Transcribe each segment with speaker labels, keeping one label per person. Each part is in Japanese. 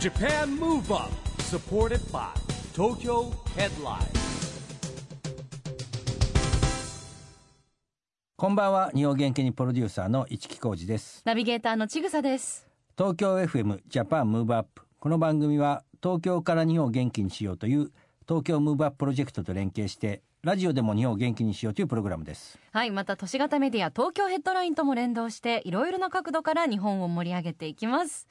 Speaker 1: Japan Move Up supported by Tokyo Headline
Speaker 2: こんばんは日本元気にプロデューサーの市木浩司です
Speaker 3: ナビゲーターのちぐさです。
Speaker 2: 東京 FM ジャパンムーブアップこの番組は東京から日本を元気にしようという東京ムーブアッププロジェクトと連携してラジオでも日本を元気にしようというプログラムです
Speaker 3: はい、また都市型メディア東京ヘッドラインとも連動していろいろな角度から日本を盛り上げていきます。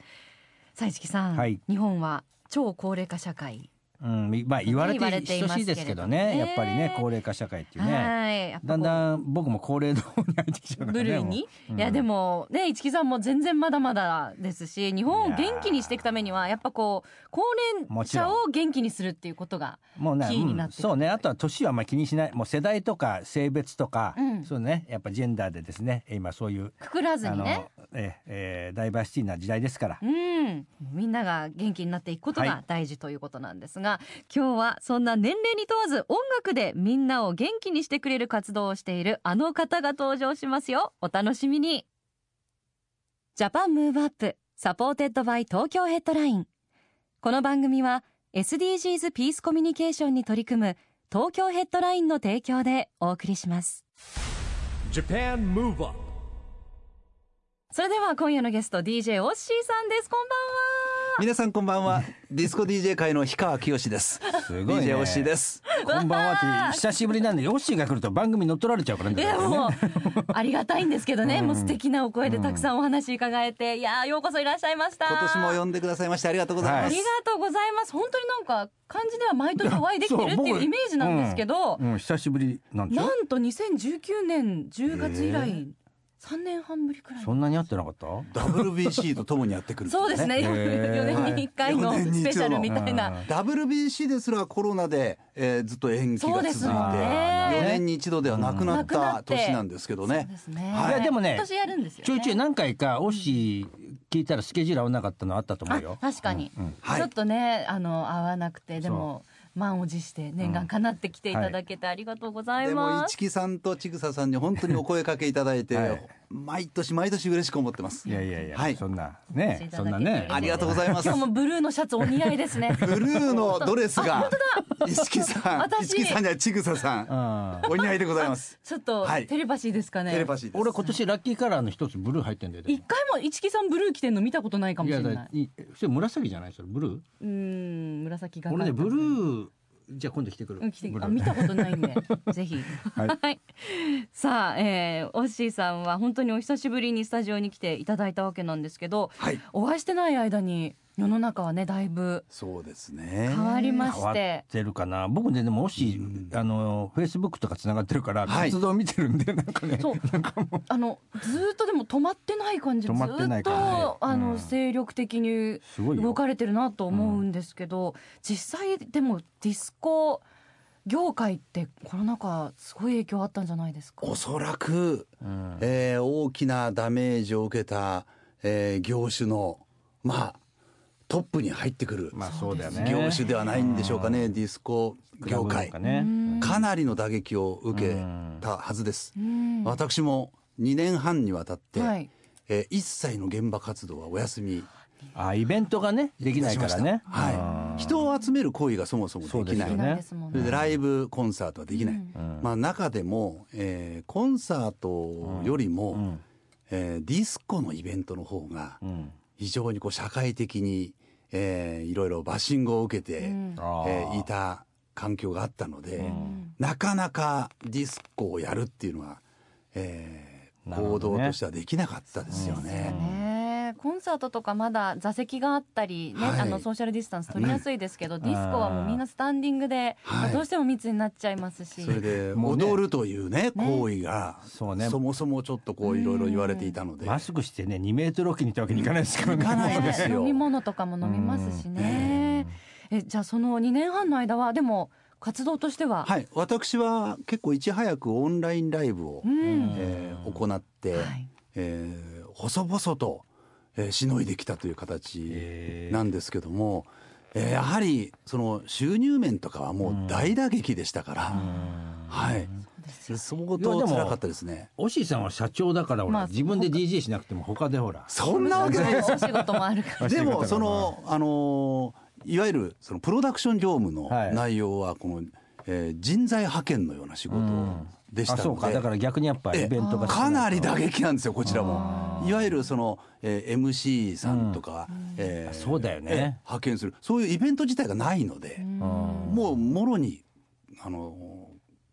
Speaker 3: さあ市木さん、
Speaker 2: はい
Speaker 3: 日本は超高齢化社会。
Speaker 2: うんまあ言われ
Speaker 3: 言わ
Speaker 2: て
Speaker 3: れてい
Speaker 2: 等
Speaker 3: ます
Speaker 2: し
Speaker 3: けれ
Speaker 2: いで
Speaker 3: ど
Speaker 2: すけどね
Speaker 3: ね
Speaker 2: やっぱりね高齢化社会っていうね
Speaker 3: はい、やっ
Speaker 2: だ
Speaker 3: ぱ
Speaker 2: ん
Speaker 3: こ
Speaker 2: だん僕も高齢の方に入ってきちゃうか
Speaker 3: う
Speaker 2: ら
Speaker 3: 部
Speaker 2: ね
Speaker 3: 類に
Speaker 2: も、うん
Speaker 3: いやでもね市木さんも全然まだまだですし日本を元気にしていくためにはやっぱこう高
Speaker 2: も
Speaker 3: 齢
Speaker 2: ちろ
Speaker 3: 者
Speaker 2: ん
Speaker 3: を元気にするっていうことが
Speaker 2: うもうね、
Speaker 3: キーにな
Speaker 2: う
Speaker 3: っ
Speaker 2: ん、
Speaker 3: てくる
Speaker 2: そうねあとは年はあんまり気にしないもう世代とか性別とか、
Speaker 3: うん
Speaker 2: そうねやっぱジェンダーでですね今そういう
Speaker 3: くくらずにね
Speaker 2: あのええーダイバーシティな時代ですから
Speaker 3: うん、みんなが元気になっていくこと
Speaker 2: は
Speaker 3: が大事ということなんですが、今日はそんな年齢に問わず音楽でみんなを元気にしてくれる活動をしているあの方が登場しますよお楽しみにジャパンムーブアップサポーテッドバイ東京ヘッドラインこの番組は SDGs ピースコミュニケーションに取り組む東京ヘッドラインの提供でお送りします
Speaker 1: Japan Move Up
Speaker 3: それでは今夜のゲスト DJ オッシーさんですこんばんは
Speaker 4: 皆さんこんばんは。ディスコ DJ 界の氷川きよしです。
Speaker 2: すごいね
Speaker 4: DJ 推しです。
Speaker 2: こんばんはって久しぶりなんでヨッシーが来ると番組乗っ取られちゃうからね。
Speaker 3: いやもうありがたいんですけどね、もう素敵なお声でたくさんお話伺えて、いやーようこそいらっしゃいました
Speaker 4: 今年も呼んでくださいましてありがとうござい
Speaker 3: あ
Speaker 4: ま
Speaker 3: り
Speaker 4: す。
Speaker 3: がとうございます本当になんか感じでは毎年お会いできてるっていうイメージなんですけど、
Speaker 2: うん、うん久しぶりなんでしょ
Speaker 3: な。んと2019年10月以来3年半ぶりくらい
Speaker 2: そんなに会ってなかった？
Speaker 4: WBC とともにやってくるん
Speaker 3: そうですね、
Speaker 2: へー
Speaker 3: 4年に1回の
Speaker 4: はい四年に
Speaker 3: ス
Speaker 4: 一度
Speaker 3: ペシャルみたいな、
Speaker 4: WBC ですらコロナで、えーずっと延期が続いて、
Speaker 3: そうですよね
Speaker 4: 4年に一度ではなくなった年なんですけど
Speaker 3: そう
Speaker 4: ね。
Speaker 3: ですね、
Speaker 2: いやでもね
Speaker 3: 今年やるんですよ、ね、
Speaker 2: ちょいちょい何回かオッシー聞いたらスケジュール合わなかったのあったと思うよ
Speaker 3: あ。確かに、
Speaker 2: うんうん
Speaker 4: はい
Speaker 3: ちょっとねあの合わなくてでも満を持して念願かなって来ていただけてありがとうござい
Speaker 4: でも
Speaker 3: ま
Speaker 4: 市
Speaker 3: す、
Speaker 4: 木さんとちぐささんに本当にお声かけいただいて、
Speaker 2: はい
Speaker 4: 毎年毎年嬉しく思ってます。
Speaker 2: いやいやいや、
Speaker 4: はい
Speaker 2: そんなね、そんなね。
Speaker 4: ありがとうございます
Speaker 3: 今日もブルーのシャツお似合いです ね
Speaker 4: ブルーのドレスが市木さん、
Speaker 3: 私
Speaker 4: 市木さんにはちぐささん、
Speaker 2: あー
Speaker 4: お似合いでございます。
Speaker 3: ちょっと
Speaker 4: はい
Speaker 3: テレパシーですかね、
Speaker 4: テレパシーです。
Speaker 2: 俺今年ラッキーカラーの一つブルー入ってんだよ。でも
Speaker 3: 一回も一木さんブルー着てんの見たことないかも
Speaker 2: い
Speaker 3: し
Speaker 2: や
Speaker 3: れ
Speaker 2: だ
Speaker 3: ない
Speaker 2: からいそれ紫じゃないそれブルー？
Speaker 3: うーん紫が
Speaker 2: 俺ねブル
Speaker 3: ー
Speaker 2: ーじゃあ今度来てくる。
Speaker 3: 来て
Speaker 2: ブル
Speaker 3: あ
Speaker 2: ー
Speaker 3: 見たことない んでぜひ
Speaker 2: はい
Speaker 3: はいさあ、えー、オッシーさんは本当にお久しぶりにスタジオに来ていただいたわけなんですけど
Speaker 4: はい。
Speaker 3: お会いしてない間に世の中はねだいぶ
Speaker 4: そうですね。
Speaker 3: 変わりま
Speaker 2: 変
Speaker 3: し、
Speaker 2: わっててるかな僕ねでももし、あのフェイスブックとかつながってるから
Speaker 4: はい
Speaker 2: 活動見てるんで、なんかね
Speaker 3: そうあのずーっとでも止まってない感じず
Speaker 2: 止まってな
Speaker 3: ーっ
Speaker 2: い感じ
Speaker 3: とあ
Speaker 2: うん
Speaker 3: の精力的に
Speaker 2: すごいよ
Speaker 3: 動かれてるなと思うんですけど、実際でもディスコ業界ってコロナ禍すごい影響あったんじゃないですか
Speaker 4: おそらく、
Speaker 2: うん
Speaker 4: えー大きなダメージを受けた、えー業種の、まあ、トップに入ってくる、
Speaker 2: まあそうだよね
Speaker 4: 業種ではないんでしょうかね、ディスコ業界。
Speaker 2: クラブとか
Speaker 4: か
Speaker 2: ね
Speaker 3: うん
Speaker 4: なりの打撃を受け
Speaker 2: うん
Speaker 4: たはずです。
Speaker 3: うんは
Speaker 4: 私も2年半にわたって、
Speaker 3: い、
Speaker 4: えー一切の現場活動はお休み
Speaker 2: あイベントがねできないからね
Speaker 4: しましたはい。人を集める行為がそもそも
Speaker 2: そう
Speaker 4: で
Speaker 2: で
Speaker 4: き
Speaker 2: す
Speaker 4: な
Speaker 2: よ
Speaker 4: い。
Speaker 2: ね
Speaker 4: そ,、
Speaker 3: 好きなんですもん
Speaker 4: れ
Speaker 3: ね
Speaker 4: でライブコンサートはできない。
Speaker 2: うん
Speaker 4: まあ、中でも、えーコンサートよりも、
Speaker 2: うん
Speaker 4: えーディスコのイベントの方が
Speaker 2: うん
Speaker 4: 非常にこう社会的に、えーいろいろバッシングを受けて、
Speaker 3: うん
Speaker 2: あー
Speaker 4: えーいた環境があったので、
Speaker 3: ん
Speaker 4: なかなかディスコをやるっていうのは、えー
Speaker 2: なるほ
Speaker 4: 行
Speaker 2: どね
Speaker 4: 動としてはできなかったですよね。
Speaker 3: ねえコンサートとかまだ座席があったり、ね
Speaker 4: はい
Speaker 3: あのソーシャルディスタンス取りやすいですけど、ディスコはもうみんなスタンディングで、
Speaker 4: はい
Speaker 3: まあどうしても密になっちゃいますし
Speaker 4: それで
Speaker 2: もうね
Speaker 4: 踊るというね行為が
Speaker 2: そうね
Speaker 4: そもそもちょっとこういろいろ言われていたので、
Speaker 2: マスクしてね2メートルおきにってわけにいかないですからね
Speaker 4: いかない
Speaker 3: ね
Speaker 4: ですよ
Speaker 3: 飲み物とかも飲みますしね。えじゃあその2年半の間はでも活動としては、
Speaker 4: はい、私は結構いち早くオンラインライブを
Speaker 3: う、ん、
Speaker 4: えー行って、
Speaker 3: はい
Speaker 4: えー細々と、えーしのいできたという
Speaker 2: へ
Speaker 4: 形
Speaker 2: ー
Speaker 4: なんですけども、えーやはりその収入面とかはもう大打撃でしたから、はい、
Speaker 3: ですよ。
Speaker 4: 相当辛かったですね
Speaker 2: オシーさんは社長だからほら、
Speaker 3: まあ
Speaker 2: 自分で DJ しなくても他でほら
Speaker 4: そんなわけないです
Speaker 3: お仕事もあるから。
Speaker 2: うお
Speaker 4: で
Speaker 2: 仕事
Speaker 4: も
Speaker 2: が
Speaker 4: そのあのいわゆるそのプロダクション業務の
Speaker 2: はい
Speaker 4: 内容はこの、えー人材派遣のような仕事でし
Speaker 2: あ
Speaker 4: たので、
Speaker 2: そうかだから逆にやっぱ
Speaker 4: ええ
Speaker 2: イベントが少
Speaker 4: か
Speaker 2: い
Speaker 4: なり打撃なんですよこちらもいわゆるその、えー MC さんとか、えー
Speaker 2: そうだよね
Speaker 4: えー派遣するそういうイベント自体がないので、もうもろにあの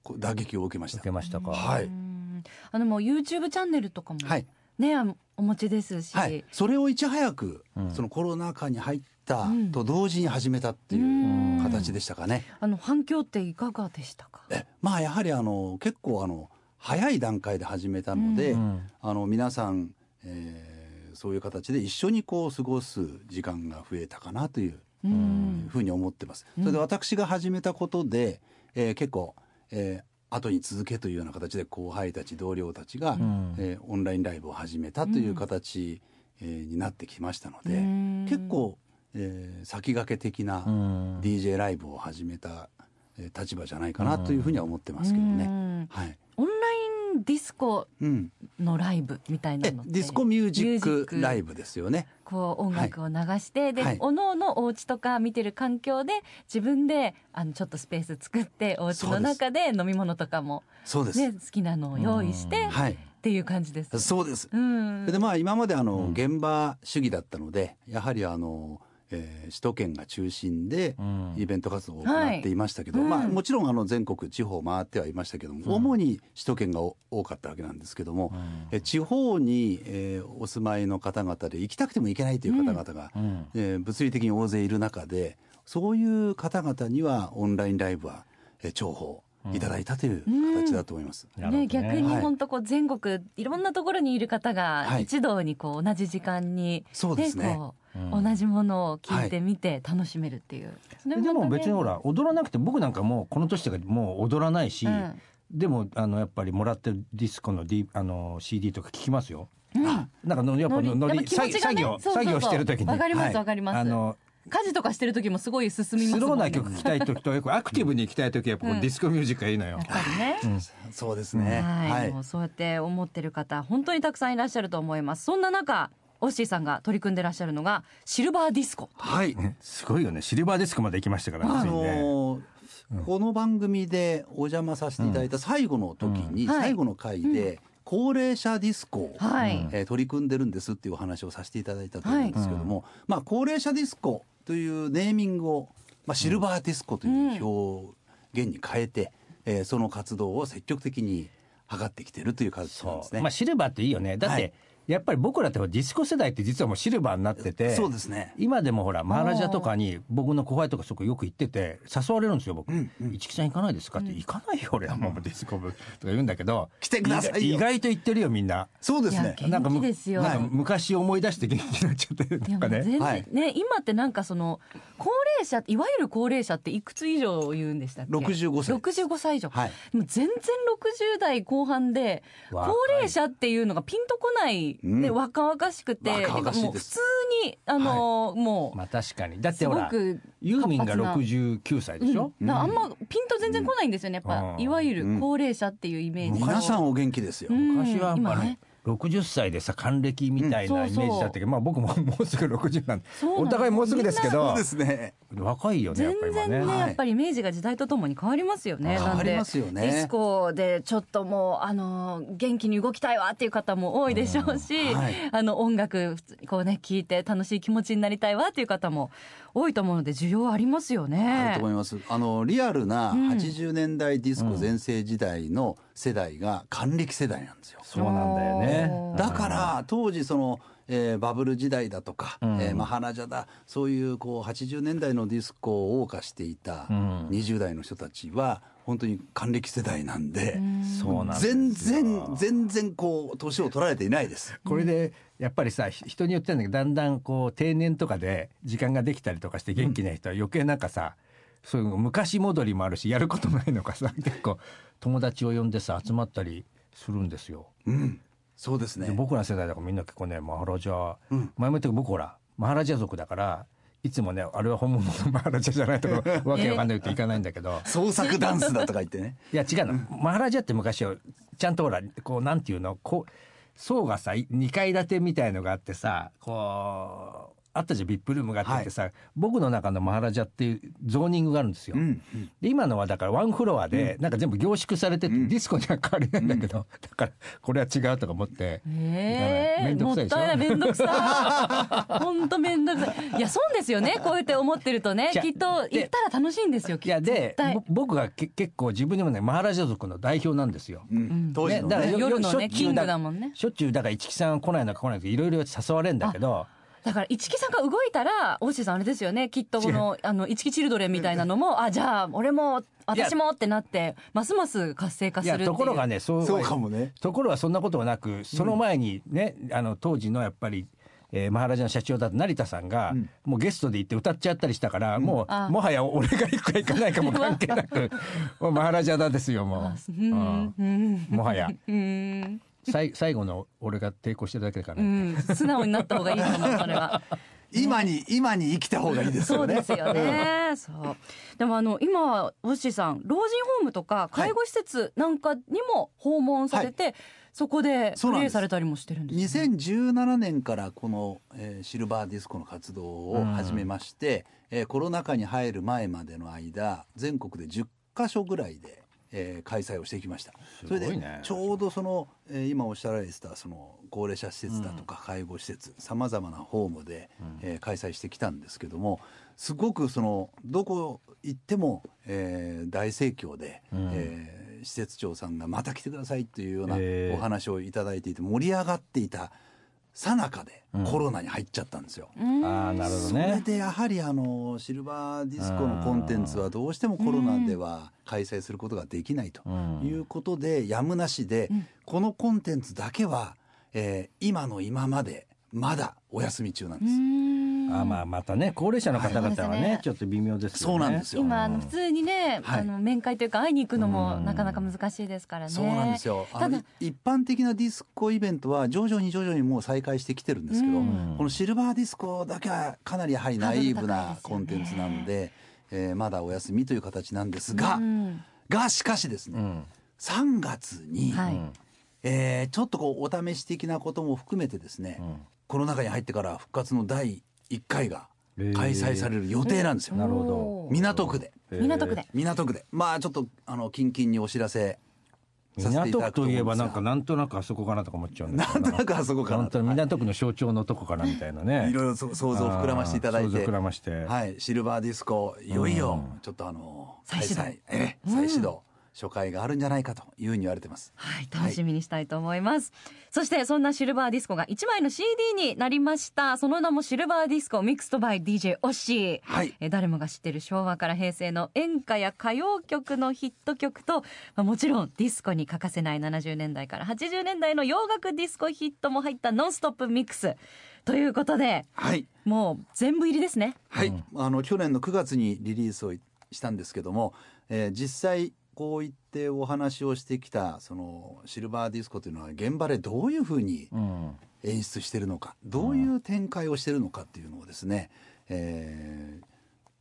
Speaker 4: こう打撃を受けまし
Speaker 2: 受
Speaker 4: た
Speaker 2: けましたか、
Speaker 4: はい
Speaker 3: うんあのもう YouTube チャンネルとかも、
Speaker 4: はい
Speaker 3: ねあのお持ちですし、
Speaker 4: はい、それをいち早く、そのコロナ禍に入ったと同時に始めたっていう形でしたかね。
Speaker 3: あの反響っていかがでしたか。
Speaker 4: えまあやはりあの結構あの早い段階で始めたので、あの皆さん、えーそういう形で一緒にこう過ごす時間が増えたかなというふうに思ってます。それで私が始めたことで、えー結構、えー後に続けというような形で後輩たち同僚たちが、えーオンラインライブを始めたという形、えーになってきましたので、
Speaker 3: うん
Speaker 4: 結構、えー先駆け的な DJ ライブを始めた、えー立場じゃないかなというふうには思ってますけど
Speaker 3: う
Speaker 4: ね。
Speaker 3: ん
Speaker 4: はい
Speaker 3: オンラインディスコ
Speaker 4: うん、
Speaker 3: のライブみたいな
Speaker 4: え
Speaker 3: のって
Speaker 4: ディスコミュージックライ
Speaker 3: ブ
Speaker 4: ブですよね。
Speaker 3: こう音楽を流して、で、
Speaker 4: はい
Speaker 3: おのおのお家とか見てる環境で自分であのちょっとスペース作ってお家の中で飲み物とかも、
Speaker 4: そうです。
Speaker 3: ね、好きなのを用意してっ
Speaker 4: はい、
Speaker 3: ていう感じです。
Speaker 4: そうです。
Speaker 3: うん
Speaker 4: それでまあ今まであの現場主義だったので、やはりあの、えー首都圏が中心で
Speaker 2: ん
Speaker 4: イベント活動を行っていましたけど、
Speaker 3: はい
Speaker 4: まあ、
Speaker 3: うん
Speaker 4: もちろんあの全国地方回ってはいましたけども、主に首都圏がお多かったわけなんですけども、え地方に、えーお住まいの方々で行きたくても行けないという方々が、
Speaker 2: ん
Speaker 4: えー物理的に大勢いる中でそういう方々にはオンラインライブは、えー重宝いただいたという形だと思います。
Speaker 2: なるほど
Speaker 3: ね、逆に本当こう全国、い、ろんなところにいる方が
Speaker 4: はい
Speaker 3: 一堂にこう同じ時間に、
Speaker 4: そうですね
Speaker 3: こう
Speaker 2: うん
Speaker 3: 同じものを聞いてみて楽しめるっていう、それ
Speaker 2: で
Speaker 3: 本当
Speaker 2: も
Speaker 3: ね
Speaker 2: 別にほら踊らなくて僕なんかもうこの年とかもう踊らないし、
Speaker 3: うん
Speaker 2: でもあのやっぱりもらってるディスコの,、D、あの CD とか聞きますよ。
Speaker 3: ん
Speaker 2: なんかのやっぱ
Speaker 3: ノリ
Speaker 2: ノ
Speaker 3: やっ
Speaker 2: リ
Speaker 3: ぱ気持
Speaker 2: 作
Speaker 3: ちがね
Speaker 2: 業
Speaker 3: そうそうそう
Speaker 2: 作業してる時に
Speaker 3: わかります
Speaker 2: はい
Speaker 3: わかります
Speaker 2: あの
Speaker 3: 家事とかしてる時もすごい進みます
Speaker 2: ス
Speaker 3: もんね
Speaker 2: ローな曲聴きたい時とよくアクティブに聴きたい時はやっぱこうディスコミュージックがいいのよ
Speaker 3: やっ。ぱりね、
Speaker 4: そうですね。
Speaker 3: は、
Speaker 4: はいい
Speaker 3: もうそうやって思ってる方本当にたくさんいらっしゃると思いますそんな中オッシーさんが取り組んでらっしゃるのがシルバーディスコ
Speaker 4: はい。
Speaker 2: すごいよねシルバーディスクまで行きましたから
Speaker 4: あ
Speaker 2: ついにね。
Speaker 4: のーこの番組でお邪魔させていただいた最後の時に、
Speaker 3: うんはい
Speaker 4: 最後の回で高齢者ディスコを、
Speaker 3: はい
Speaker 4: えー取り組んでるんですっていうお話をさせていただいたと思うんですけども、まあ、高齢者ディスコというネーミングを、まあ、シルバーディスコという表現に変えて、えーその活動を積極的に図ってきてるという形なんですね。
Speaker 2: まあシルバーっていいよね。だっ
Speaker 4: は
Speaker 2: て
Speaker 4: い
Speaker 2: やっぱり僕らってほらディスコ世代って実はもうシルバーになってて。
Speaker 4: そうですね
Speaker 2: 今でもほらマーラジャとかに僕の後輩とかそこよく行ってて誘われるんですよ僕「一木さん行かないですか?」って「行かないよ俺はもうディスコ部」とか言うんだけど
Speaker 4: 来てくださいよ
Speaker 2: 意外と行ってるよみんな。
Speaker 4: そうですね
Speaker 3: いや元気ですよ
Speaker 2: なんかむなんか昔思い出して元気になっちゃって
Speaker 3: い
Speaker 2: な
Speaker 3: や
Speaker 2: ん
Speaker 3: も
Speaker 2: か
Speaker 3: う全
Speaker 2: ね
Speaker 3: 然、
Speaker 4: はい
Speaker 3: ね今ってなんかその高齢者いわゆる高齢者っていくつ以上を言うんでしたっけ
Speaker 4: 65歳
Speaker 3: 65歳以上、
Speaker 4: はい
Speaker 3: でも全然60代後半で
Speaker 2: 若い
Speaker 3: 高齢者っていうのがピンとこない、
Speaker 4: うん
Speaker 3: で若々しくて
Speaker 4: 若々しい
Speaker 3: もう
Speaker 4: で
Speaker 3: 普
Speaker 4: す
Speaker 3: 通にあのー、もう、
Speaker 2: まあ確かにだってほら
Speaker 3: すごく
Speaker 2: ユーミンが
Speaker 3: 活発な
Speaker 2: 69歳でしょ、
Speaker 3: うんだからあんまピンと全然来ないんですよねやっぱ、
Speaker 2: うん
Speaker 3: いわゆる高齢者っていうイメージを
Speaker 4: 皆さんお元気ですよ。
Speaker 3: うん
Speaker 2: 昔はやっ
Speaker 3: 今
Speaker 2: ぱ
Speaker 3: ね
Speaker 2: ね60歳でさ還暦みたいな
Speaker 3: うん
Speaker 2: イメージだったけど、まあ僕ももうすぐ60なんで
Speaker 3: そうなんです
Speaker 2: お互いもうすぐですけど
Speaker 4: そうですね。
Speaker 2: 若いよねやっ
Speaker 3: 全
Speaker 2: ぱ今ね
Speaker 3: 然ね
Speaker 4: はい
Speaker 3: やっぱりイメージが時代とともに変わりますよね。
Speaker 4: 変わりますよね
Speaker 3: なんでディスコでちょっともうあの元気に動きたいわっていう方も多いでしょうし、
Speaker 4: うんはい
Speaker 3: あの音楽普通にこうね聞いて楽しい気持ちになりたいわっていう方も多いと思うので需要ありますよ
Speaker 4: あると思
Speaker 3: ね。
Speaker 4: います。あのリアルな80年代ディスコ全盛時代の世代が還暦世代なんですよ。
Speaker 2: そうなんだよね
Speaker 4: だから当時その、えーバブル時代だとか、えーまあ花じゃだそういうこう80年代のディスコを謳歌していた20代の人たちは本当に還暦世代なんで、
Speaker 2: そうなんですよ
Speaker 4: 全然全然こう年を取られていないです。
Speaker 2: これでやっぱりさひ人によってなんだけどだんだんこう定年とかで時間ができたりとかして元気な人は余計なんかさ、そういう昔戻りもあるしやることないのかさ結構友達を呼んでさ集まったりするんですよ。
Speaker 4: うん、そうです
Speaker 2: で
Speaker 4: ね。
Speaker 2: 僕ら世代だからみんな結構ねマハラジャ、前も言ったけど僕ほらマハラジャ族だからいつもねあれは本物のマハラジャじゃないとかわけわかんないっていかないんだけど
Speaker 4: 創作ダンスだとか言ってね
Speaker 2: いや違うのマハラジャって昔はちゃんとほらこうなんていうのこう層がさ2階建てみたいのがあってさこうあったじゃんビップルームがあってさ、僕の中のマハラジャっていうゾーニングがあるんですよ。
Speaker 4: うん
Speaker 2: で今のはだからワンフロアでなんか全部凝縮されてて、ディスコには変わりないんだけど、 だからこれは違うとか思って、
Speaker 3: ええ
Speaker 2: めんど
Speaker 3: も
Speaker 2: く
Speaker 3: っ
Speaker 2: さ
Speaker 3: た
Speaker 2: い
Speaker 3: い
Speaker 2: でしょ
Speaker 3: ないめんどくさ いほんとめんどくさいいやそうですよねこうやって思ってるとね
Speaker 2: じゃ
Speaker 3: きっと行ったら楽しいんですよ
Speaker 2: い
Speaker 3: きっ
Speaker 2: や
Speaker 3: と絶
Speaker 2: で
Speaker 3: 対
Speaker 2: ぼ僕がけ結構自分でもねマハラジャ族の代表なんですよ。
Speaker 4: うん当時
Speaker 2: ね
Speaker 4: の
Speaker 2: だからよ
Speaker 4: ね
Speaker 3: 夜のね
Speaker 2: しょっちゅうだ
Speaker 3: キングだもんね
Speaker 2: しょっちゅうだから市木さん来ないのか来ないのかいろいろ誘われんだけど
Speaker 3: だから一木さんが動いたら大石さんあれですよねきっとこのあの一木チルドレンみたいなのもあじゃあ俺も私もってなってますます活性化
Speaker 2: い
Speaker 3: するっ
Speaker 2: や
Speaker 3: ていう
Speaker 2: ところがねそう
Speaker 4: そうかもね
Speaker 2: ところはそんなことはなくその前にね、あの当時のやっぱり、えーマハラジャの社長だった成田さんが、もうゲストで行って歌っちゃったりしたから、も
Speaker 3: あ
Speaker 2: うもはや俺が行くか行かないかも関係な くもうマハラジャだですよもう、
Speaker 3: うんうん
Speaker 2: もはや
Speaker 3: うん
Speaker 2: さい最後の俺が抵抗してるだけか
Speaker 3: う
Speaker 2: な、
Speaker 3: ん素直になった方がいいと思うそれは。
Speaker 4: 今に今に生きた方がいいです
Speaker 3: そ
Speaker 4: よ
Speaker 3: う
Speaker 4: ね
Speaker 3: ですよね。そう。でもあの今オッシーさん老人ホームとか介護施設なんかにも訪問されて、そこで
Speaker 4: そ
Speaker 3: プ
Speaker 4: うな
Speaker 3: レ
Speaker 4: んで
Speaker 3: イ
Speaker 4: す
Speaker 3: されたりもしてるんですね。
Speaker 4: 2017年からこの、えーシルバーディスコの活動を始めまして、えーコロナ禍に入る前までの間全国で10カ所ぐらいで、えー開催をしてきました、それ
Speaker 2: すごい
Speaker 4: で
Speaker 2: ね
Speaker 4: ちょうどその、えー今おっしゃられてたその高齢者施設だとか介護施設さまざまなホームで、えー開催してきたんですけどもすごくそのどこ行っても、えー大盛況で、えー施設長さんがまた来てくださいというような
Speaker 2: へー
Speaker 4: お話をいただいていて盛り上がっていた最中で
Speaker 2: うん
Speaker 4: コロナに入っちゃったんですよ。
Speaker 3: うん
Speaker 2: ああなるほど
Speaker 4: それ
Speaker 2: ね
Speaker 4: でやはりあのシルバーディスコのコンテンツはどうしてもコロナでは開催することができないと
Speaker 2: うん
Speaker 4: いうことでやむなしでこのコンテンツだけはえー今の今までまだお休み中なん
Speaker 3: う
Speaker 4: です。
Speaker 3: ん
Speaker 2: あまあまたね高齢者の方々はね,、
Speaker 3: はい
Speaker 2: ちょっと微妙ですよね
Speaker 4: そうなんですよ。
Speaker 3: 今あの普通にね、
Speaker 4: はい
Speaker 3: あの面会というか会いに行くのも
Speaker 2: うん
Speaker 3: なかなか難しいですからね。
Speaker 4: そうなんですよ。あ
Speaker 3: た
Speaker 4: の
Speaker 3: だ
Speaker 4: い一般的なディスコイベントは徐々に徐々にもう再開してきてるんですけど、
Speaker 3: うん
Speaker 4: このシルバーディスコだけはかなりやはりナイーブなコンテンツなので、えーまだお休みという形なんですが、
Speaker 3: うん
Speaker 4: がしかしです
Speaker 2: う
Speaker 4: ね、
Speaker 2: ん
Speaker 4: 3月に、
Speaker 3: はい
Speaker 2: うん
Speaker 4: えーちょっとこうお試し的なことも含めてですね、
Speaker 2: うん
Speaker 4: コロナ禍に入ってから復活の第1回が
Speaker 2: へー
Speaker 4: 開催される予定なんですよ。
Speaker 2: なるほど
Speaker 3: おー
Speaker 4: 港区で。
Speaker 2: えー
Speaker 3: 港区で。
Speaker 4: 港区で。まあちょっと、あの、近々にお知らせさせていた
Speaker 2: 港区
Speaker 4: だくと
Speaker 2: と
Speaker 4: 思
Speaker 2: いえ
Speaker 4: うんで
Speaker 2: ば
Speaker 4: す
Speaker 2: な
Speaker 4: が
Speaker 2: んかなんとなくあそこかなとか思っちゃうんだ
Speaker 4: な
Speaker 2: けど
Speaker 4: んとなくあそこかな
Speaker 2: 本当
Speaker 4: と。
Speaker 2: に港区の象徴のとこかなみたいなね
Speaker 4: いろいろそう想像膨らましていただい
Speaker 2: あー想像
Speaker 4: て
Speaker 2: 膨、らまして
Speaker 4: はい、シルバーディスコ、いよいよ、ちょっとあの、
Speaker 3: 再始動
Speaker 4: 開催ええ再始動、初回があるんじゃないかというふうに言われてます。
Speaker 3: はい、楽しみにしたいと思います、そしてそんなシルバーディスコが1枚の CD になりましたその名もシルバーディスコミックストバイ DJ オッシー、
Speaker 4: はい
Speaker 3: えー誰もが知ってる昭和から平成の演歌や歌謡曲のヒット曲と、まあ、もちろんディスコに欠かせない70年代から80年代の洋楽ディスコヒットも入ったノンストップミックスということで
Speaker 4: はい。
Speaker 3: もう全部入りですね
Speaker 4: はい、あの去年の9月にリリースをしたんですけども、えー実際こう言ってお話をしてきたそのシルバーディスコというのは現場でどういうふうに
Speaker 2: うん
Speaker 4: 演出してるのかどういう展開をしてるのかっていうのをですね、え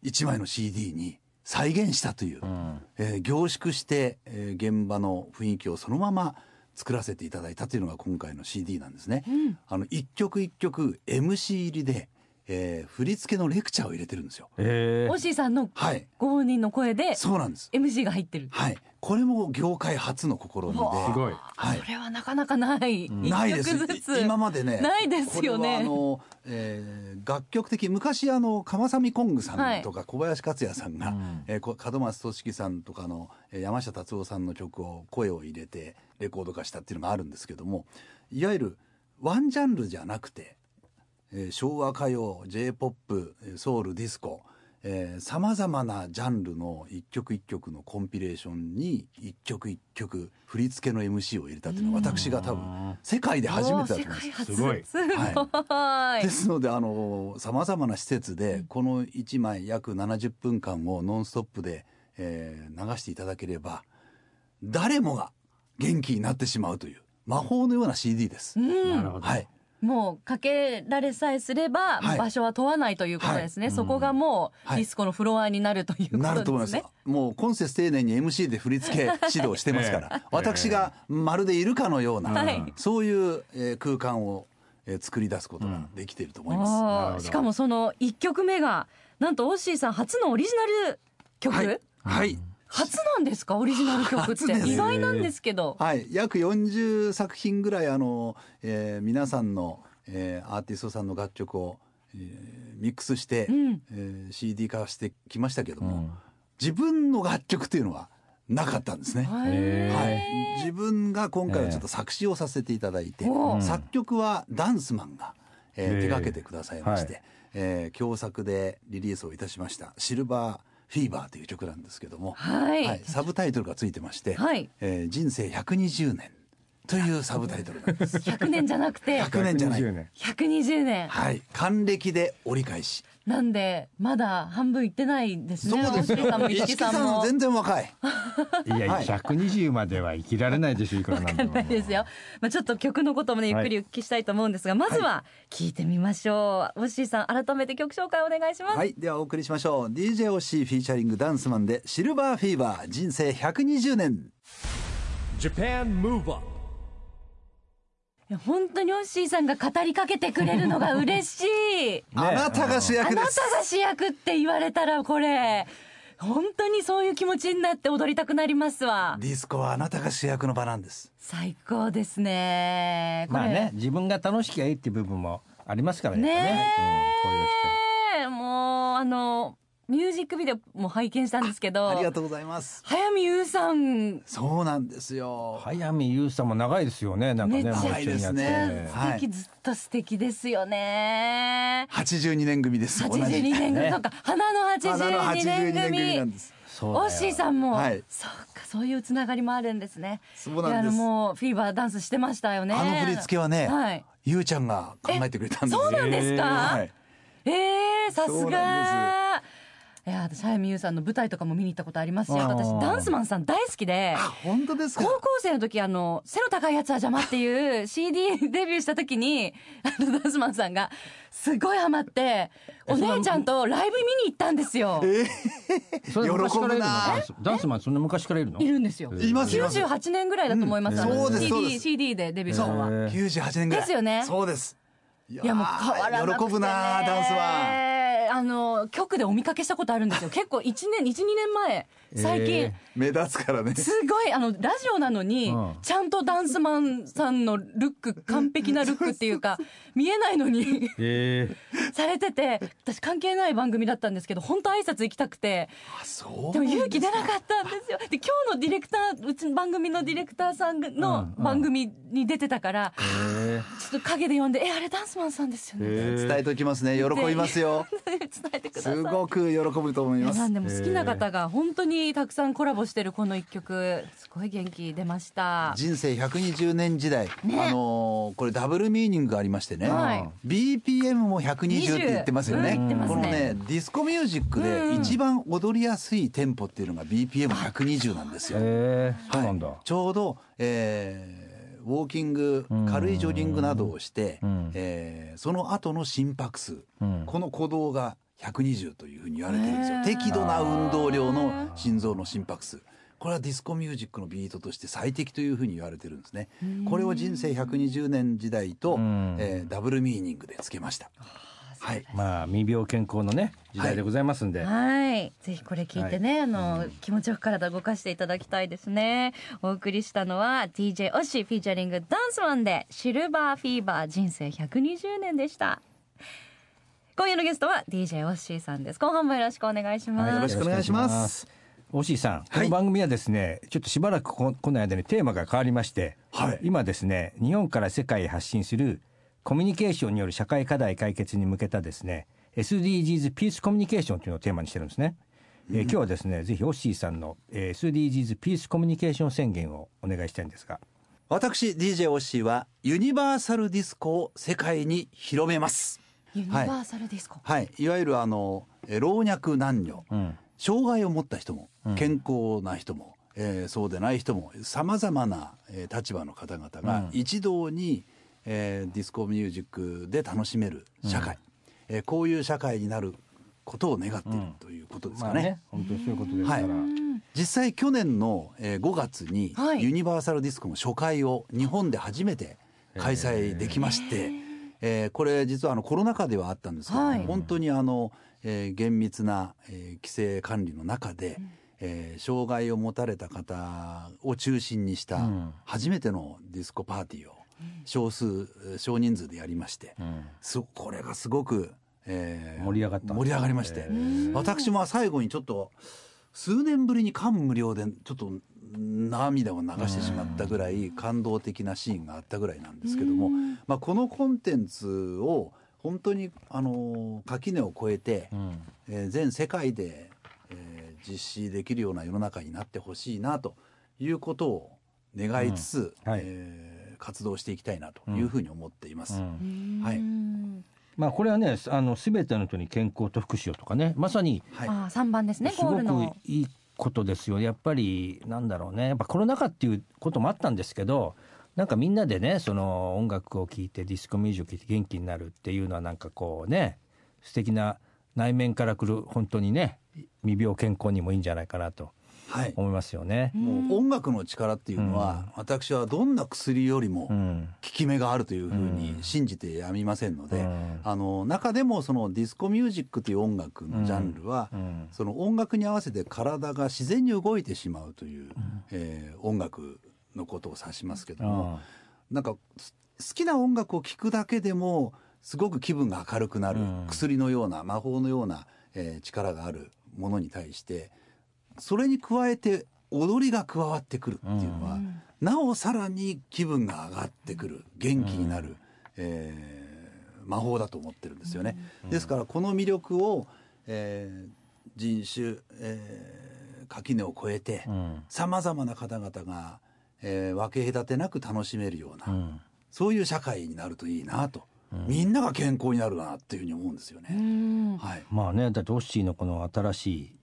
Speaker 4: 1枚の CD に再現したという、
Speaker 2: ん
Speaker 4: えー凝縮して、えー現場の雰囲気をそのまま作らせていただいたというのが今回の CD なんですね。あの一曲一曲 MC 入りで、えー振り付けのレクチャーを入れてるんですよ。
Speaker 2: え
Speaker 3: オッ
Speaker 2: ー
Speaker 3: シーさんの
Speaker 4: はい
Speaker 3: ご本人の声で
Speaker 4: そうなんです。
Speaker 3: MC が入ってる
Speaker 4: はい、これも業界初の試みで。
Speaker 3: わあ
Speaker 2: すごい
Speaker 4: はい
Speaker 3: そ。れはなかなかない、一
Speaker 4: ないです
Speaker 3: 曲ずつ
Speaker 4: 今までね
Speaker 3: ないですよね
Speaker 4: これはあの、えー楽曲的昔あの鎌サミコングさんとか小林克也さんが、えーこ門松俊樹さんとかのえー山下達郎さんの曲を声を入れてレコード化したっていうのがあるんですけどもいわゆるワンジャンルじゃなくて、えー昭和歌謡 j p o p ソウルディスコさまざまなジャンルの一曲一曲のコンピレーションに一曲一曲振り付けの MC を入れたっていうのは私が多分世界で初めてだと思いま
Speaker 3: お
Speaker 4: す。
Speaker 3: ー世界初
Speaker 2: すごい
Speaker 3: すごい、い、
Speaker 4: ですのであのさまざまな施設でこの1枚約70分間をノンストップで、えー流していただければ誰もが元気になってしまうという魔法のような CD です。
Speaker 2: なるほど
Speaker 4: はい、
Speaker 3: もうかけられさえすれば、
Speaker 4: はい
Speaker 3: 場所は問わないということですね、
Speaker 2: はい
Speaker 3: そこがもう、
Speaker 4: はい
Speaker 3: ディスコのフロアになるということですね
Speaker 4: なると思います。もう今節丁寧に MC で振り付け指導してますか
Speaker 2: え え
Speaker 4: ら、私がまるでいるかのような、
Speaker 3: はい
Speaker 4: そういうえー空間をえー作り出すことができていると思います。
Speaker 2: なる
Speaker 3: あ
Speaker 2: ほ
Speaker 3: ー
Speaker 2: ど
Speaker 3: しかもその1曲目がなんとオッシーさん初のオリジナル曲、
Speaker 4: はい、はい、
Speaker 3: 初なんですかオリジナル曲っ
Speaker 4: 初
Speaker 3: て
Speaker 4: です
Speaker 3: 意外なんですけど、
Speaker 4: はい、約40作品ぐらいあの、えー皆さんの、えーアーティストさんの楽曲を、えーミックスして、
Speaker 3: うん
Speaker 4: えー CD 化してきましたけど
Speaker 2: う
Speaker 4: も、
Speaker 2: ん
Speaker 4: 自分の楽曲というのはなかったんですね。
Speaker 3: へー
Speaker 4: はい、自分が今回はちょっと作詞をさせていただいて、
Speaker 3: ええおう
Speaker 4: 作曲はダンスマンが、えー
Speaker 2: ええ
Speaker 4: 手掛けてくださいまして、
Speaker 2: は
Speaker 4: えー共作でリリースをいたしました「シルバーフィーバー」という曲なんですけども、
Speaker 3: はい
Speaker 4: サブタイトルがついてまして「
Speaker 3: はい
Speaker 4: えー人生120年」というサブタイトルな んです。
Speaker 3: 100年じゃなくて
Speaker 4: 100年じゃない
Speaker 2: 120年
Speaker 3: 120年
Speaker 4: はい、還暦で折り返し。
Speaker 3: なんでまだ半分いってないですね
Speaker 4: そうです
Speaker 3: オッシーさんも
Speaker 4: よ。
Speaker 3: 一
Speaker 4: 一
Speaker 3: 木
Speaker 4: 木
Speaker 3: さん
Speaker 4: さん
Speaker 3: も。
Speaker 4: 全然 若い。
Speaker 2: いやいや
Speaker 4: はい
Speaker 2: 120までは生きられないでしょいくらなんでも
Speaker 3: ないですよ、まあ、ちょっと曲のこともねゆっくりお聞きしたいと思うんですが、まずは聞いてみましょう、オッシーさん改めて曲紹介お願いします、
Speaker 4: はい、ではお送りしましょう。DJOC フィーチャリングダンスマンでシルバーフィーバー人生120年。
Speaker 1: Japan Move Up
Speaker 3: いや本当にオッシーさんが語りかけてくれるのが嬉し い
Speaker 4: あなたが主
Speaker 3: あ
Speaker 4: 役
Speaker 3: な
Speaker 4: で
Speaker 3: た
Speaker 4: す。
Speaker 3: が主役って言われたらこれ本当にそういう気持ちになって踊りたくなりますわ
Speaker 4: ディスコはあなたが主役の場なんです。
Speaker 3: 最高ですねこれ
Speaker 2: まあね自分が楽しきゃいいって部分もありますからね
Speaker 3: ねえ
Speaker 2: うんこういう
Speaker 3: ねえもうあのミュージックビデオも拝見したんですけど
Speaker 4: ありがとうございます。
Speaker 3: 早見優さん
Speaker 4: そうなんですよ。
Speaker 2: 人早見優さんも長いですよねなんかね
Speaker 3: ね
Speaker 2: もう一緒にやって
Speaker 4: 長いですね
Speaker 3: 素
Speaker 4: はい
Speaker 3: 敵ずっと素敵ですよね。
Speaker 4: 82年組です。同じ
Speaker 3: 82年組とか、花の
Speaker 4: 花の
Speaker 3: 82
Speaker 4: 82
Speaker 3: 年組。
Speaker 4: なんです。
Speaker 2: そうだ
Speaker 3: オ
Speaker 2: よ
Speaker 3: ッシーさんも、
Speaker 4: はい
Speaker 3: そうかそういうつながりもあるんですね。
Speaker 4: そうなんです
Speaker 3: いやもうフィーバーダンスしてましたよね。
Speaker 4: あの振り付けはね、
Speaker 3: はい。
Speaker 4: ゆうちゃんが考えてくれたんですよ
Speaker 3: そうなんですか。
Speaker 4: はい
Speaker 3: ええさす
Speaker 4: そ
Speaker 3: が
Speaker 4: うな。
Speaker 3: いや私早見優さんの舞台とかも見に行ったことありますし、
Speaker 2: あー
Speaker 3: 私ダンスマンさん大好きで。
Speaker 4: あ本当ですか
Speaker 3: 高。校生の時あの「背の高いやつは邪魔」っていう CD デビューした時にあのダンスマンさんがすごいハマってお姉ちゃんとライブ見に行ったんですよ。
Speaker 2: それ昔からいるの
Speaker 4: 喜ぶな
Speaker 2: ダンスダンスマンそんな昔からいるの
Speaker 3: いるんですよ。
Speaker 4: いますいます。
Speaker 3: 98年ぐらいだと思います、
Speaker 4: うん
Speaker 3: あの
Speaker 4: そうですそうで
Speaker 3: CD
Speaker 4: す
Speaker 3: CD でデビューし
Speaker 4: そ
Speaker 3: たのは。
Speaker 2: へ
Speaker 4: う
Speaker 2: え
Speaker 4: 98年ぐらい。
Speaker 3: ですよね
Speaker 4: そうです。いや
Speaker 3: いやもう変わらなくて、ね、
Speaker 4: 喜ぶなダンスは。
Speaker 3: あの局でお見かけしたことあるんですよ結構1年12年前最近、
Speaker 2: え
Speaker 4: 目立つからね。
Speaker 3: すごいあのラジオなのに、
Speaker 2: うん
Speaker 3: ちゃんとダンスマンさんのルック完璧なルックっていうか見えないのに
Speaker 2: ええ
Speaker 3: されてて私関係ない番組だったんですけど本当挨拶行きたくて
Speaker 4: あそう。
Speaker 3: でも勇気出なかったんですよで今日のディレクターうちの番組のディレクターさんの
Speaker 2: うん
Speaker 3: 番組に出てたから、
Speaker 2: え
Speaker 3: ちょっと影で呼んで「えあれダンスマンさんですよね」
Speaker 2: へ
Speaker 4: 伝えておきますね。喜びますよ。
Speaker 3: 伝えてください
Speaker 4: すごく喜ぶと思い
Speaker 3: いや
Speaker 4: ます。
Speaker 3: なんでも好きな方が本当にたくさんコラボしてるこの一曲すごい元気出ました
Speaker 4: 人生120年時代、
Speaker 3: ね
Speaker 4: あのーこれダブルミーニングがありましてね、
Speaker 3: はい
Speaker 4: BPM も120って言ってますよね,、
Speaker 3: うん言ってますね
Speaker 4: このねディスコミュージックで一番踊りやすいテンポっていうのが BPM120 なんですよ、
Speaker 2: えそうなんだ、
Speaker 4: はい、ちょうど、えーウォーキング
Speaker 2: ん
Speaker 4: 軽いジョギングなどをして、
Speaker 2: うん
Speaker 4: えーその後の心拍数、
Speaker 2: うん
Speaker 4: この鼓動が120というふうに言われてるんです
Speaker 3: へ
Speaker 4: よ
Speaker 3: ー
Speaker 4: 適度な運動量の心臓の心拍数これはディスコミュージックのビートとして最適というふうに言われてるんですねこれを人生120年時代と、
Speaker 2: ん
Speaker 4: えーダブルミーニングでつけましたはい
Speaker 2: まあ未病健康のね時代でございますんで、
Speaker 3: はいぜひこれ聞いてね、あの、気持ちよく体動かしていただきたいですねお送りしたのは DJ オッシーフィーチャリングダンスマンでシルバーフィーバー人生120年でした今夜のゲストは DJ オッシーさんです後半もよろしくお願いします、
Speaker 4: はいよろしくお願いします
Speaker 2: おしいさん、この番組はですねちょっとしばらくここの間にテーマが変わりまして、
Speaker 4: はい
Speaker 2: 今ですね日本から世界へ発信するコミュニケーションによる社会課題解決に向けたですね SDGs ピースコミュニケーションというのをテーマにしてるんですね、えー今日はですねぜひオッシーさんの、えー SDGs ピースコミュニケーション宣言をお願いしたいんですが
Speaker 4: 私 DJ オッシーはユニバーサルディスコを世界に広めます
Speaker 3: ユニバーサルディスコ、
Speaker 4: はいいわゆるあのえー老若男女、
Speaker 2: ん
Speaker 4: 障害を持った人も健康な人も、えーそうでない人もさまざまなえー立場の方々が一堂に、えーディスコミュージックで楽しめる社会、えーこういう社会になることを願っているということです
Speaker 2: ま
Speaker 4: か
Speaker 2: あ
Speaker 4: ね。
Speaker 2: ね本当にそういうことですから、
Speaker 4: 実際去年のえー5月に
Speaker 3: はい
Speaker 4: ユニバーサルディスコの初回を日本で初めて開催できまして、えーこれ実はあのコロナ禍ではあったんですけど、
Speaker 3: はい
Speaker 4: 本当にあの、えー厳密な、えー規制管理の中で、えー障害を持たれた方を中心にした
Speaker 2: うん
Speaker 4: 初めてのディスコパーティーを少数えー少人数でやりまして、
Speaker 2: うん
Speaker 4: すこれがすごく、えー
Speaker 2: 盛り上がったんですね
Speaker 4: 盛り上がりまして、
Speaker 2: へ
Speaker 4: 私も最後にちょっと数年ぶりに感無量でちょっと涙を流してしまったぐらい感動的なシーンがあったぐらいなんですけども、まあ、このコンテンツを本当に、あのー垣根を越えて、
Speaker 2: うん
Speaker 4: えー全世界で、えー実施できるような世の中になってほしいなということを願いつつ、
Speaker 2: うんはい
Speaker 4: えー活動していきたいなというふうに思っています。
Speaker 2: うん
Speaker 4: はい
Speaker 3: うん
Speaker 2: まあこれはねあの全ての人に健康と福祉をとかねまさに
Speaker 4: はい
Speaker 3: あー三番ですね
Speaker 2: す
Speaker 3: ゴー
Speaker 2: ご
Speaker 3: ル
Speaker 2: く
Speaker 3: の。
Speaker 2: いいことですよやっぱりなんだろうねやっぱコロナ禍っていうこともあったんですけどなんかみんなでねその音楽を聴いてディスコミュージックを聴いて元気になるっていうのはなんかこうね素敵な内面からくる本当にね未病健康にもいいんじゃないかなと
Speaker 4: はい
Speaker 2: 思いますよね。
Speaker 4: もう音楽の力っていうのは、私はどんな薬よりも
Speaker 2: う
Speaker 4: 効
Speaker 2: ん
Speaker 4: き目があるというふうに信じてやみませんので、
Speaker 2: うん
Speaker 4: あの中でもそのディスコミュージックという音楽のジャンルは、
Speaker 2: うん
Speaker 4: その音楽に合わせて体が自然に動いてしまうという、えー音楽のことを指しますけども、
Speaker 2: あ
Speaker 4: なんかす好きな音楽を聴くだけでもすごく気分が明るくなる、
Speaker 2: うん
Speaker 4: 薬のような魔法のような、えー力があるものに対してそれに加えて踊りが加わってくるっていうのは、なおさらに気分が上がってくる元気になる、えー魔法だと思ってるんですよね。ですからこの魅力を、えー人種、えー垣根を越えて、
Speaker 2: ーうん
Speaker 4: さまざまな方々が、えー分け隔てなく楽しめるような、
Speaker 2: うん
Speaker 4: そういう社会になるといいなと、みんなが健康になるなっていうふうに思うんですよ
Speaker 3: う
Speaker 4: ね。
Speaker 3: ん
Speaker 4: はい、
Speaker 2: まあねだってオッシーのこの新しい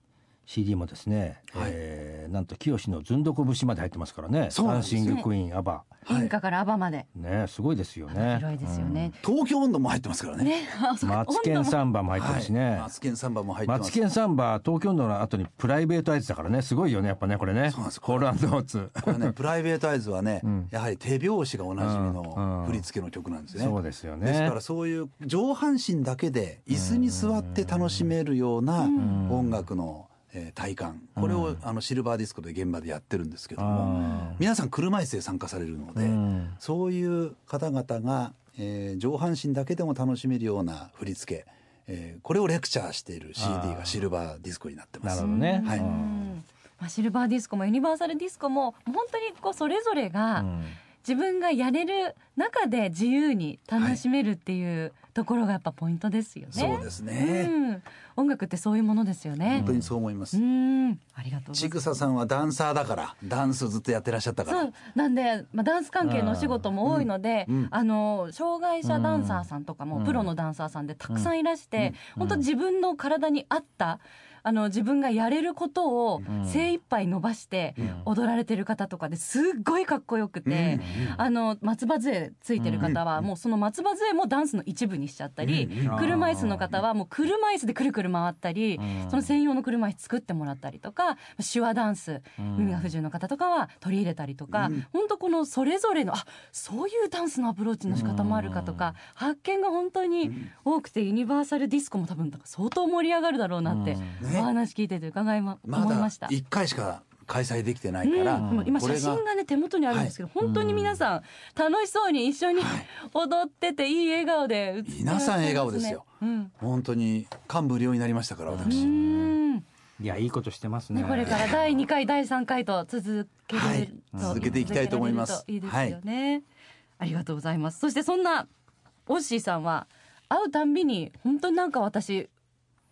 Speaker 2: CD もですね、
Speaker 4: はい
Speaker 2: えーなんと清のずんどこ節まで入ってますからね「
Speaker 4: そうなん
Speaker 2: ダン
Speaker 4: ですよ
Speaker 2: シング・クイーン」「アバ
Speaker 3: 変化からアバまで」
Speaker 2: ねすごいですよね。
Speaker 3: 広いですよね。
Speaker 4: 東京温度も入ってますからね。
Speaker 3: ね、あそ
Speaker 2: うん
Speaker 3: う
Speaker 2: マ
Speaker 3: か
Speaker 2: ツケンサンバも入って
Speaker 4: は
Speaker 2: る
Speaker 4: い
Speaker 2: しね、
Speaker 4: マツケンサンバも入って
Speaker 2: マ
Speaker 4: ま
Speaker 2: ツ
Speaker 4: す。
Speaker 2: ケンサンバ東京の後にプライベートアイズだからねすごいよねやっぱねこれね
Speaker 4: そうなんです
Speaker 2: コールアンドオーツ
Speaker 4: こ れね、プライベートアイズはね、
Speaker 2: ん
Speaker 4: やはり手拍子がおなじみ
Speaker 2: うんう
Speaker 4: の
Speaker 2: ん
Speaker 4: 振り付けの曲なんですね。
Speaker 2: そうですよね
Speaker 4: ですからそういう上半身だけで椅子に座って楽しめるような音楽の、えー体感これをあのシルバーディスコで現場でやってるんですけども皆さん車椅子で参加されるので
Speaker 2: ん
Speaker 4: そういう方々が、えー上半身だけでも楽しめるような振り付け、えーこれをレクチャーしている CD がシルバーディスコになってま
Speaker 2: なる
Speaker 4: す
Speaker 2: ほど。ね、
Speaker 4: はい
Speaker 3: うんまあシルバーディスコもユニバーサルディスコも本当にこうそれぞれ
Speaker 2: う
Speaker 3: が
Speaker 2: ん
Speaker 3: 自分がやれる中で自由に楽しめるっていうところがやっぱポイントですよね。
Speaker 4: そうですね、
Speaker 3: うん、音楽ってそういうものですよね
Speaker 4: 本。当にそう思いま
Speaker 3: う
Speaker 4: す。
Speaker 3: ん、ありがとうござ
Speaker 4: ち
Speaker 3: いま
Speaker 4: ぐ
Speaker 3: す。
Speaker 4: ささんはダンサーだからダンスをずっとやってらっしゃったか
Speaker 3: そ
Speaker 4: ら
Speaker 3: うなんで、まあ、ダンス関係のお仕事も多いので、
Speaker 4: うんうん
Speaker 3: あの障害者ダンサーさんとかも、
Speaker 2: うん
Speaker 3: プロのダンサーさんでたくさんいらして、本当自分の体に合ったあの自分がやれることを
Speaker 2: ん
Speaker 3: 精一杯伸ばして踊られてる方とかですっごいかっこよくて、あの松葉杖ついてる方はもうその松葉杖もダンスの一部にしちゃったり、
Speaker 2: ん
Speaker 3: 車椅子の方はもう車椅子でくるくる回ったり、
Speaker 2: うん
Speaker 3: その専用の車椅子作ってもらったりとか手話ダンス、
Speaker 2: ん
Speaker 3: 耳が不自由の方とかは取り入れたりとか、本当このそれぞれのあそういうダンスのアプローチの仕方もあるかとか、発見が本当に多くて、ユニバーサルディスコも多分なんか相当盛り上がるだろうなって、
Speaker 4: うんね
Speaker 3: お話聞いてて伺いま、
Speaker 4: ま
Speaker 3: 思い
Speaker 4: だ
Speaker 3: ました。
Speaker 4: 1回しか開催できてな
Speaker 3: う
Speaker 4: い
Speaker 3: ん
Speaker 4: から、
Speaker 3: でも今
Speaker 4: こ
Speaker 3: 写
Speaker 4: れが
Speaker 3: 真がね手元にあるんですけど、本当に皆さん楽しそうに一緒に踊ってていい笑顔で写ってらっしゃいますね
Speaker 4: 皆さん笑顔ですよ
Speaker 3: うん
Speaker 4: 本当に感無量になりましたか ら私、
Speaker 3: うん
Speaker 2: いやいいことしてますね
Speaker 3: ね、これから第2回第3回と続ける、
Speaker 4: はい続けていきたいと思います
Speaker 3: 続けられるといいですよね、ありがとうございますそしてそんなオッシーさんは会うたんびに本当になんか私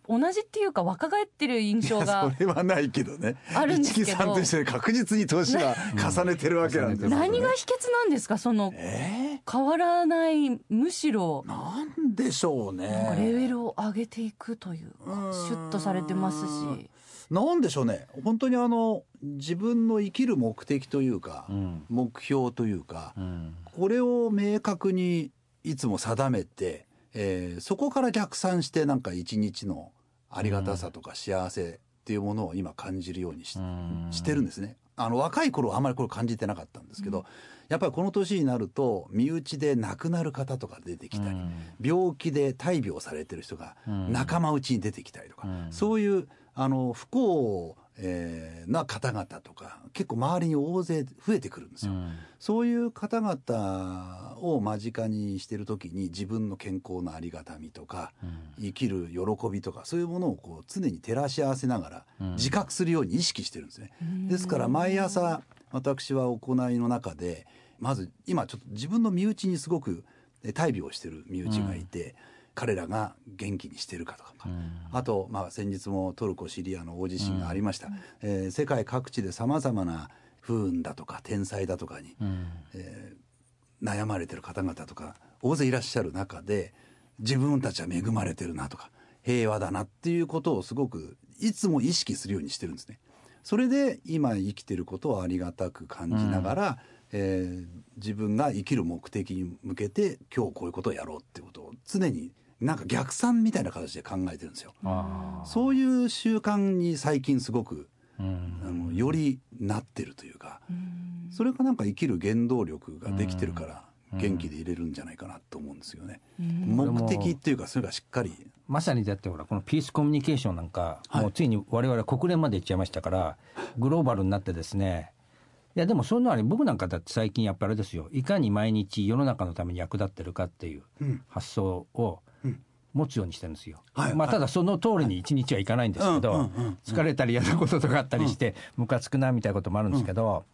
Speaker 3: 同じっていうか若返ってる印象
Speaker 4: い
Speaker 3: が
Speaker 4: やそれはないけどね
Speaker 3: あるんですけど
Speaker 4: 一木さんと一緒に確実に年は重ねてるわけなんですよね
Speaker 3: 何が秘訣なんですかその
Speaker 4: え
Speaker 3: 変わらないむしろ
Speaker 4: ー、なんでしょう
Speaker 3: なんかレ
Speaker 4: ね
Speaker 3: ベルを上げていくというかシュッとされてますし
Speaker 4: なんでしょうね本当にあの自分の生きる目的というか、
Speaker 2: うん
Speaker 4: 目標というか、
Speaker 2: うん
Speaker 4: これを明確にいつも定めて、えーそこから逆算してなんか一日のありがたさとか幸せっていうものを今感じるようにし,、
Speaker 2: うん
Speaker 4: してるんですね。あの若い頃はあまりこれ感じてなかったんですけど、やっぱりこの年になると身内で亡くなる方とか出てきたり、病気で大病されてる人が
Speaker 2: うん
Speaker 4: 仲間内に出てきたりとか、
Speaker 2: うん
Speaker 4: そういうあの不幸、えーな方々とか結構周りに大勢増えてくるんですよ。
Speaker 2: うん
Speaker 4: そういう方々を間近にしてるときに自分の健康のありがたみとか
Speaker 2: うん
Speaker 4: 生きる喜びとかそういうものをこう常に照らし合わせながら
Speaker 2: うん
Speaker 4: 自覚するように意識してるんですね。ですから毎朝私は行いの中でまず今ちょっと自分の身内にすごくえ大病をしてる身内がいて、彼らが元気にしてるかとか。
Speaker 2: うん
Speaker 4: あと、まあ、先日もトルコ・シリアの大地震がありました、えー世界各地でさまざまな不運だとか天災だとかに
Speaker 2: うん
Speaker 4: えー悩まれてる方々とか大勢いらっしゃる中で自分たちは恵まれてるなとか平和だなっていうことをすごくいつも意識するようにしてるんですね。それで今生きてることをありがたく感じながら、えー自分が生きる目的に向けて今日こういうことをやろうってことを常になんか逆算みたいな形で考えてるんですよ。
Speaker 2: あ
Speaker 4: そういう習慣に最近すごく
Speaker 2: ーうん
Speaker 4: あのよりなってるというか、それがなんか生きる原動力ができてるから元気でいれるんじゃないかなと思うんですよね。目的っていうかそれがしっかり、
Speaker 2: まさにだってほらこのピースコミュニケーションなんか、
Speaker 4: はい
Speaker 2: もうついに我々国連まで行っちゃいましたからグローバルになってですねいやでもそういうのはね僕なんかだって最近やっぱりあれですよいかに毎日世の中のために役立ってるかっていう
Speaker 4: うん
Speaker 2: 発想を持つようにしてるんですよ。
Speaker 4: はい
Speaker 2: まあ、
Speaker 4: はい
Speaker 2: ただその通りに一日はいかないんですけど、
Speaker 4: うんうんうん
Speaker 2: 疲れたり嫌なこととかあったりしてムカつくなみたいなこともあるんですけど、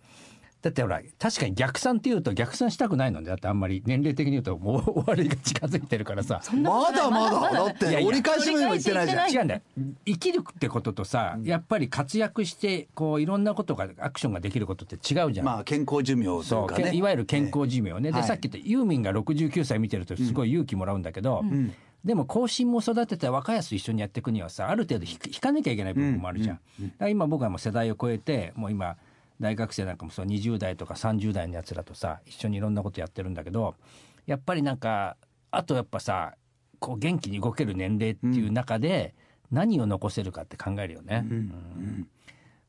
Speaker 2: だってほら確かに逆算っていうと逆算したくないのでだってあんまり年齢的に言うともう終わりが近づいてるからさ。
Speaker 4: まだまだだっ
Speaker 2: いや
Speaker 4: て
Speaker 2: いや
Speaker 4: 折り返しも今言ってないじゃん。
Speaker 2: 違うんだよ生きるってこととさ、やっぱり活躍してこういろんなことがアクションができることって違うじゃん、
Speaker 4: まあ健康寿命と
Speaker 2: そう
Speaker 4: か
Speaker 2: け
Speaker 4: ね。
Speaker 2: いわゆる健康寿命ね、で
Speaker 4: はい
Speaker 2: さっき言ったユーミンが69歳見てるとすごい勇気もらうんだけど、
Speaker 4: ん
Speaker 2: でも後進も育てて若いやつと一緒にやっていくにはさある程度引く引かなきゃいけない部分もあるじゃん。だから今僕はもう世代を超えてもう今大学生なんかもそう20代とか30代のやつらとさ一緒にいろんなことやってるんだけどやっぱりなんかあとやっぱさこう元気に動ける年齢っていう中で何を残せるかって考えるよね。うん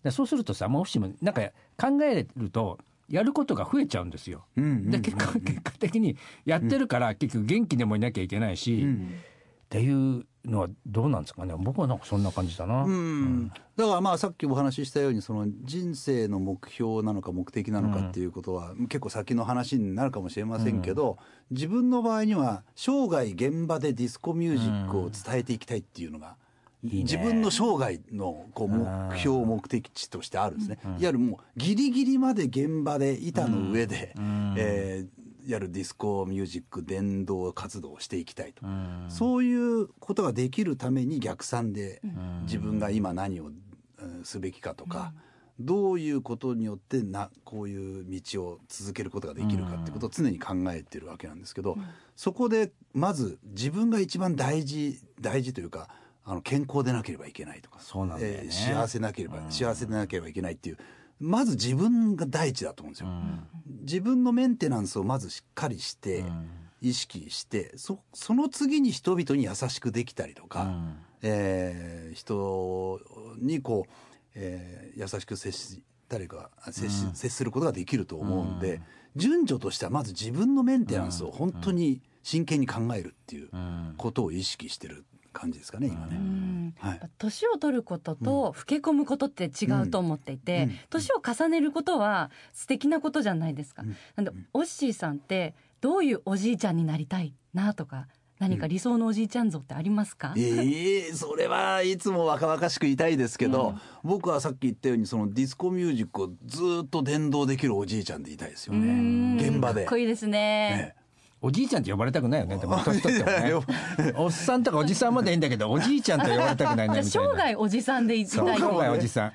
Speaker 2: でそうするとさもしもなんか考えるとやることが増えちゃうんですよ。
Speaker 4: うんうん
Speaker 2: で結果結果的にやってるから結局元気でもいなきゃいけないし、っていうのはどうなんですかね僕はなんかそんな感じだな。
Speaker 4: うん、だからまあさっきお話ししたようにその人生の目標なのか目的なのかっていうことは結構先の話になるかもしれませんけど、自分の場合には生涯現場でディスコミュージックを伝えていきたいっていうのが、
Speaker 2: いいね
Speaker 4: 自分の生涯のこう目標目的地としてあるんですね。いわゆるもうギリギリまで現場で板の上で、えーやるディスコミュージック伝道活動をしていきたいと。
Speaker 2: うん
Speaker 4: そういうことができるために逆算で自分が今何をうんすべきかとか、どういうことによってなこういう道を続けることができるかってことを常に考えてるわけなんですけど、そこでまず自分が一番大事大事というかあの健康でなければいけないとか
Speaker 2: そうなんだよね
Speaker 4: えー幸せなければ、幸せでなければいけないっていうまず自分が第一だと思うんですよ。自分のメンテナンスをまずしっかりして、意識してそその次に人々に優しくできたりとか、えー人にこう、えー優しく接し誰か接し、接することができると思うんで、順序としてはまず自分のメンテナンスを本当に真剣に考えるっていうことを意識してる感じですかね今ね。
Speaker 3: うん
Speaker 4: はい
Speaker 3: やっぱ年を取ることと老け込むことって違うと思っていて、
Speaker 4: うんうん
Speaker 3: 年を重ねることは素敵なことじゃないですか。
Speaker 4: うん
Speaker 3: なんでオッシーさんってどういうおじいちゃんになりたいなとか何か理想のおじいちゃん像ってあります か、
Speaker 4: ええそれはいつも若々しくいたいですけど、僕はさっき言ったようにそのディスコミュージックをずっと伝道できるおじいちゃんでいたいですよ
Speaker 3: うん
Speaker 4: ね現場で。
Speaker 3: かっこいいです
Speaker 4: ええ
Speaker 3: ね。
Speaker 2: おじいちゃんって呼ばれたくないよねでも年取っても
Speaker 4: いやいや
Speaker 2: ねおっさんとかおじさんまでいいんだけどおじいちゃんと呼ばれたくない
Speaker 3: じゃ
Speaker 2: ね
Speaker 3: あ
Speaker 2: みたい
Speaker 3: 生
Speaker 2: な
Speaker 3: 涯おじさんでいたい
Speaker 2: そう生涯お
Speaker 3: と
Speaker 2: じさん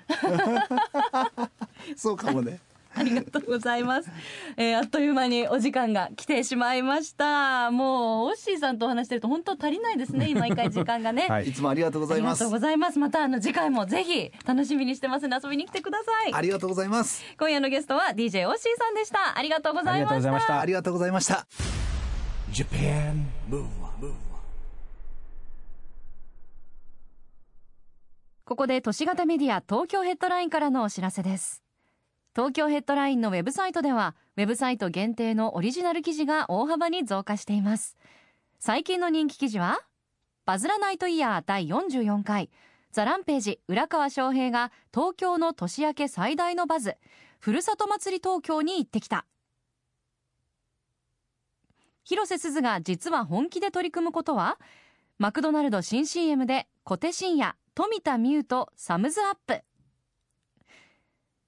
Speaker 4: そうかもね。
Speaker 3: ありがとうございます、えーあっという間にお時間が来てしまいましたもうオッシーさんとお話してると本当足りないですね毎回時間がね、
Speaker 2: はい
Speaker 4: いつもありがとうご
Speaker 3: あ
Speaker 4: ざい
Speaker 3: りが
Speaker 4: ます
Speaker 3: とう。ございますまたあの次回もぜひ楽しみにしてますので遊びに来てくださ
Speaker 4: あ
Speaker 3: い
Speaker 4: りがとうございます。
Speaker 3: 今夜のゲストは DJ オッシーさんでしたありがとうご
Speaker 2: あ
Speaker 3: ざ
Speaker 2: り
Speaker 3: い
Speaker 2: がとう
Speaker 3: ま
Speaker 2: ご
Speaker 3: し
Speaker 2: ざいま
Speaker 3: た
Speaker 2: した
Speaker 4: ありがとうございました。
Speaker 1: Japan Move Up
Speaker 3: ここで都市型メディア東京ヘッドラインからのお知らせです。東京ヘッドラインのウェブサイトでは、ウェブサイト限定のオリジナル記事が大幅に増加しています。最近の人気記事は、バズらないとイヤー第44回、ザランページ浦川翔平が東京の年明け最大のバズ、ふるさと祭り東京に行ってきた。広瀬すずが実は本気で取り組むことはマクドナルド新 CM で小手伸也富田美優とサムズアップ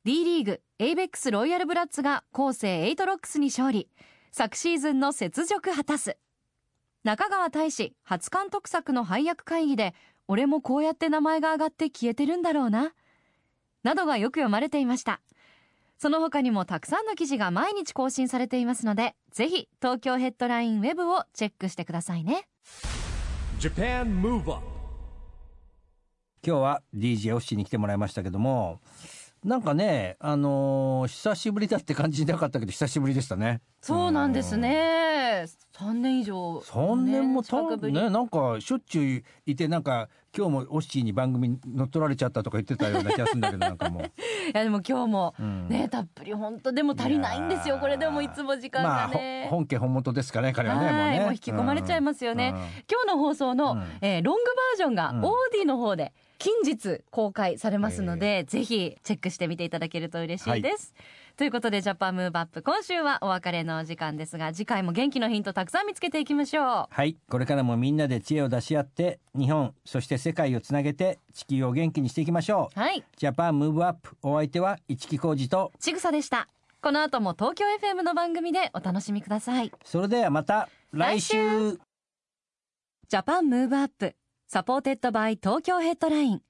Speaker 3: D リーグエイベックスロイヤルブラッツが後世エイトロックスに勝利昨シーズンの雪辱果たす中川大志初監督作の配役会議で俺もこうやって名前が上がって消えてるんだろうななどがよく読まれていましたその他にもたくさんの記事が毎日更新されていますのでぜひ東京ヘッドラインウェブをチェックしてくださいね
Speaker 1: Japan Move Up
Speaker 2: 今日は DJ オッシーに来てもらいましたけどもなんかねあのー久しぶりだって感じなかったけど久しぶりでしたね
Speaker 3: そうなんですね。三年以上。
Speaker 2: 3年もた
Speaker 3: 近くぶり
Speaker 2: ねなんかしょっちゅういてなんか今日もオッシーに番組に乗っ取られちゃったとか言ってたような気がするんだけどなんかもう
Speaker 3: いやでも今日も
Speaker 2: ん
Speaker 3: ね、たっぷり本当でも足りないんですよ。これでもいつも時間
Speaker 2: まあ
Speaker 3: が
Speaker 2: ほ
Speaker 3: ね。
Speaker 2: 本家本元ですかね彼はねもう
Speaker 3: はい
Speaker 2: ね
Speaker 3: もう引き込まれちゃいますよね。
Speaker 2: うん
Speaker 3: 今日の放送の、
Speaker 2: うん
Speaker 3: えーロングバージョンが
Speaker 2: う
Speaker 3: オー
Speaker 2: ん
Speaker 3: ディの方で近日公開されますので、ぜひチェックしてみていただけると嬉しいです。ということでジャパンムーブアップ今週はお別れのお時間ですが次回も元気のヒントたくさん見つけていきましょう。
Speaker 2: はいこれからもみんなで知恵を出し合って日本そして世界をつなげて地球を元気にしていきましょう
Speaker 3: はい。
Speaker 2: ジャパンムーブアップお相手は市木浩二と
Speaker 3: ちぐさでした。この後も東京 FM の番組でお楽しみください。
Speaker 2: それではまた
Speaker 3: 来
Speaker 2: 来週
Speaker 3: ジャパンムーブアップサポーテッドバイ東京ヘッドライン。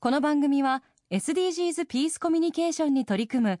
Speaker 3: この番組は SDGs ピースコミュニケーションに取り組む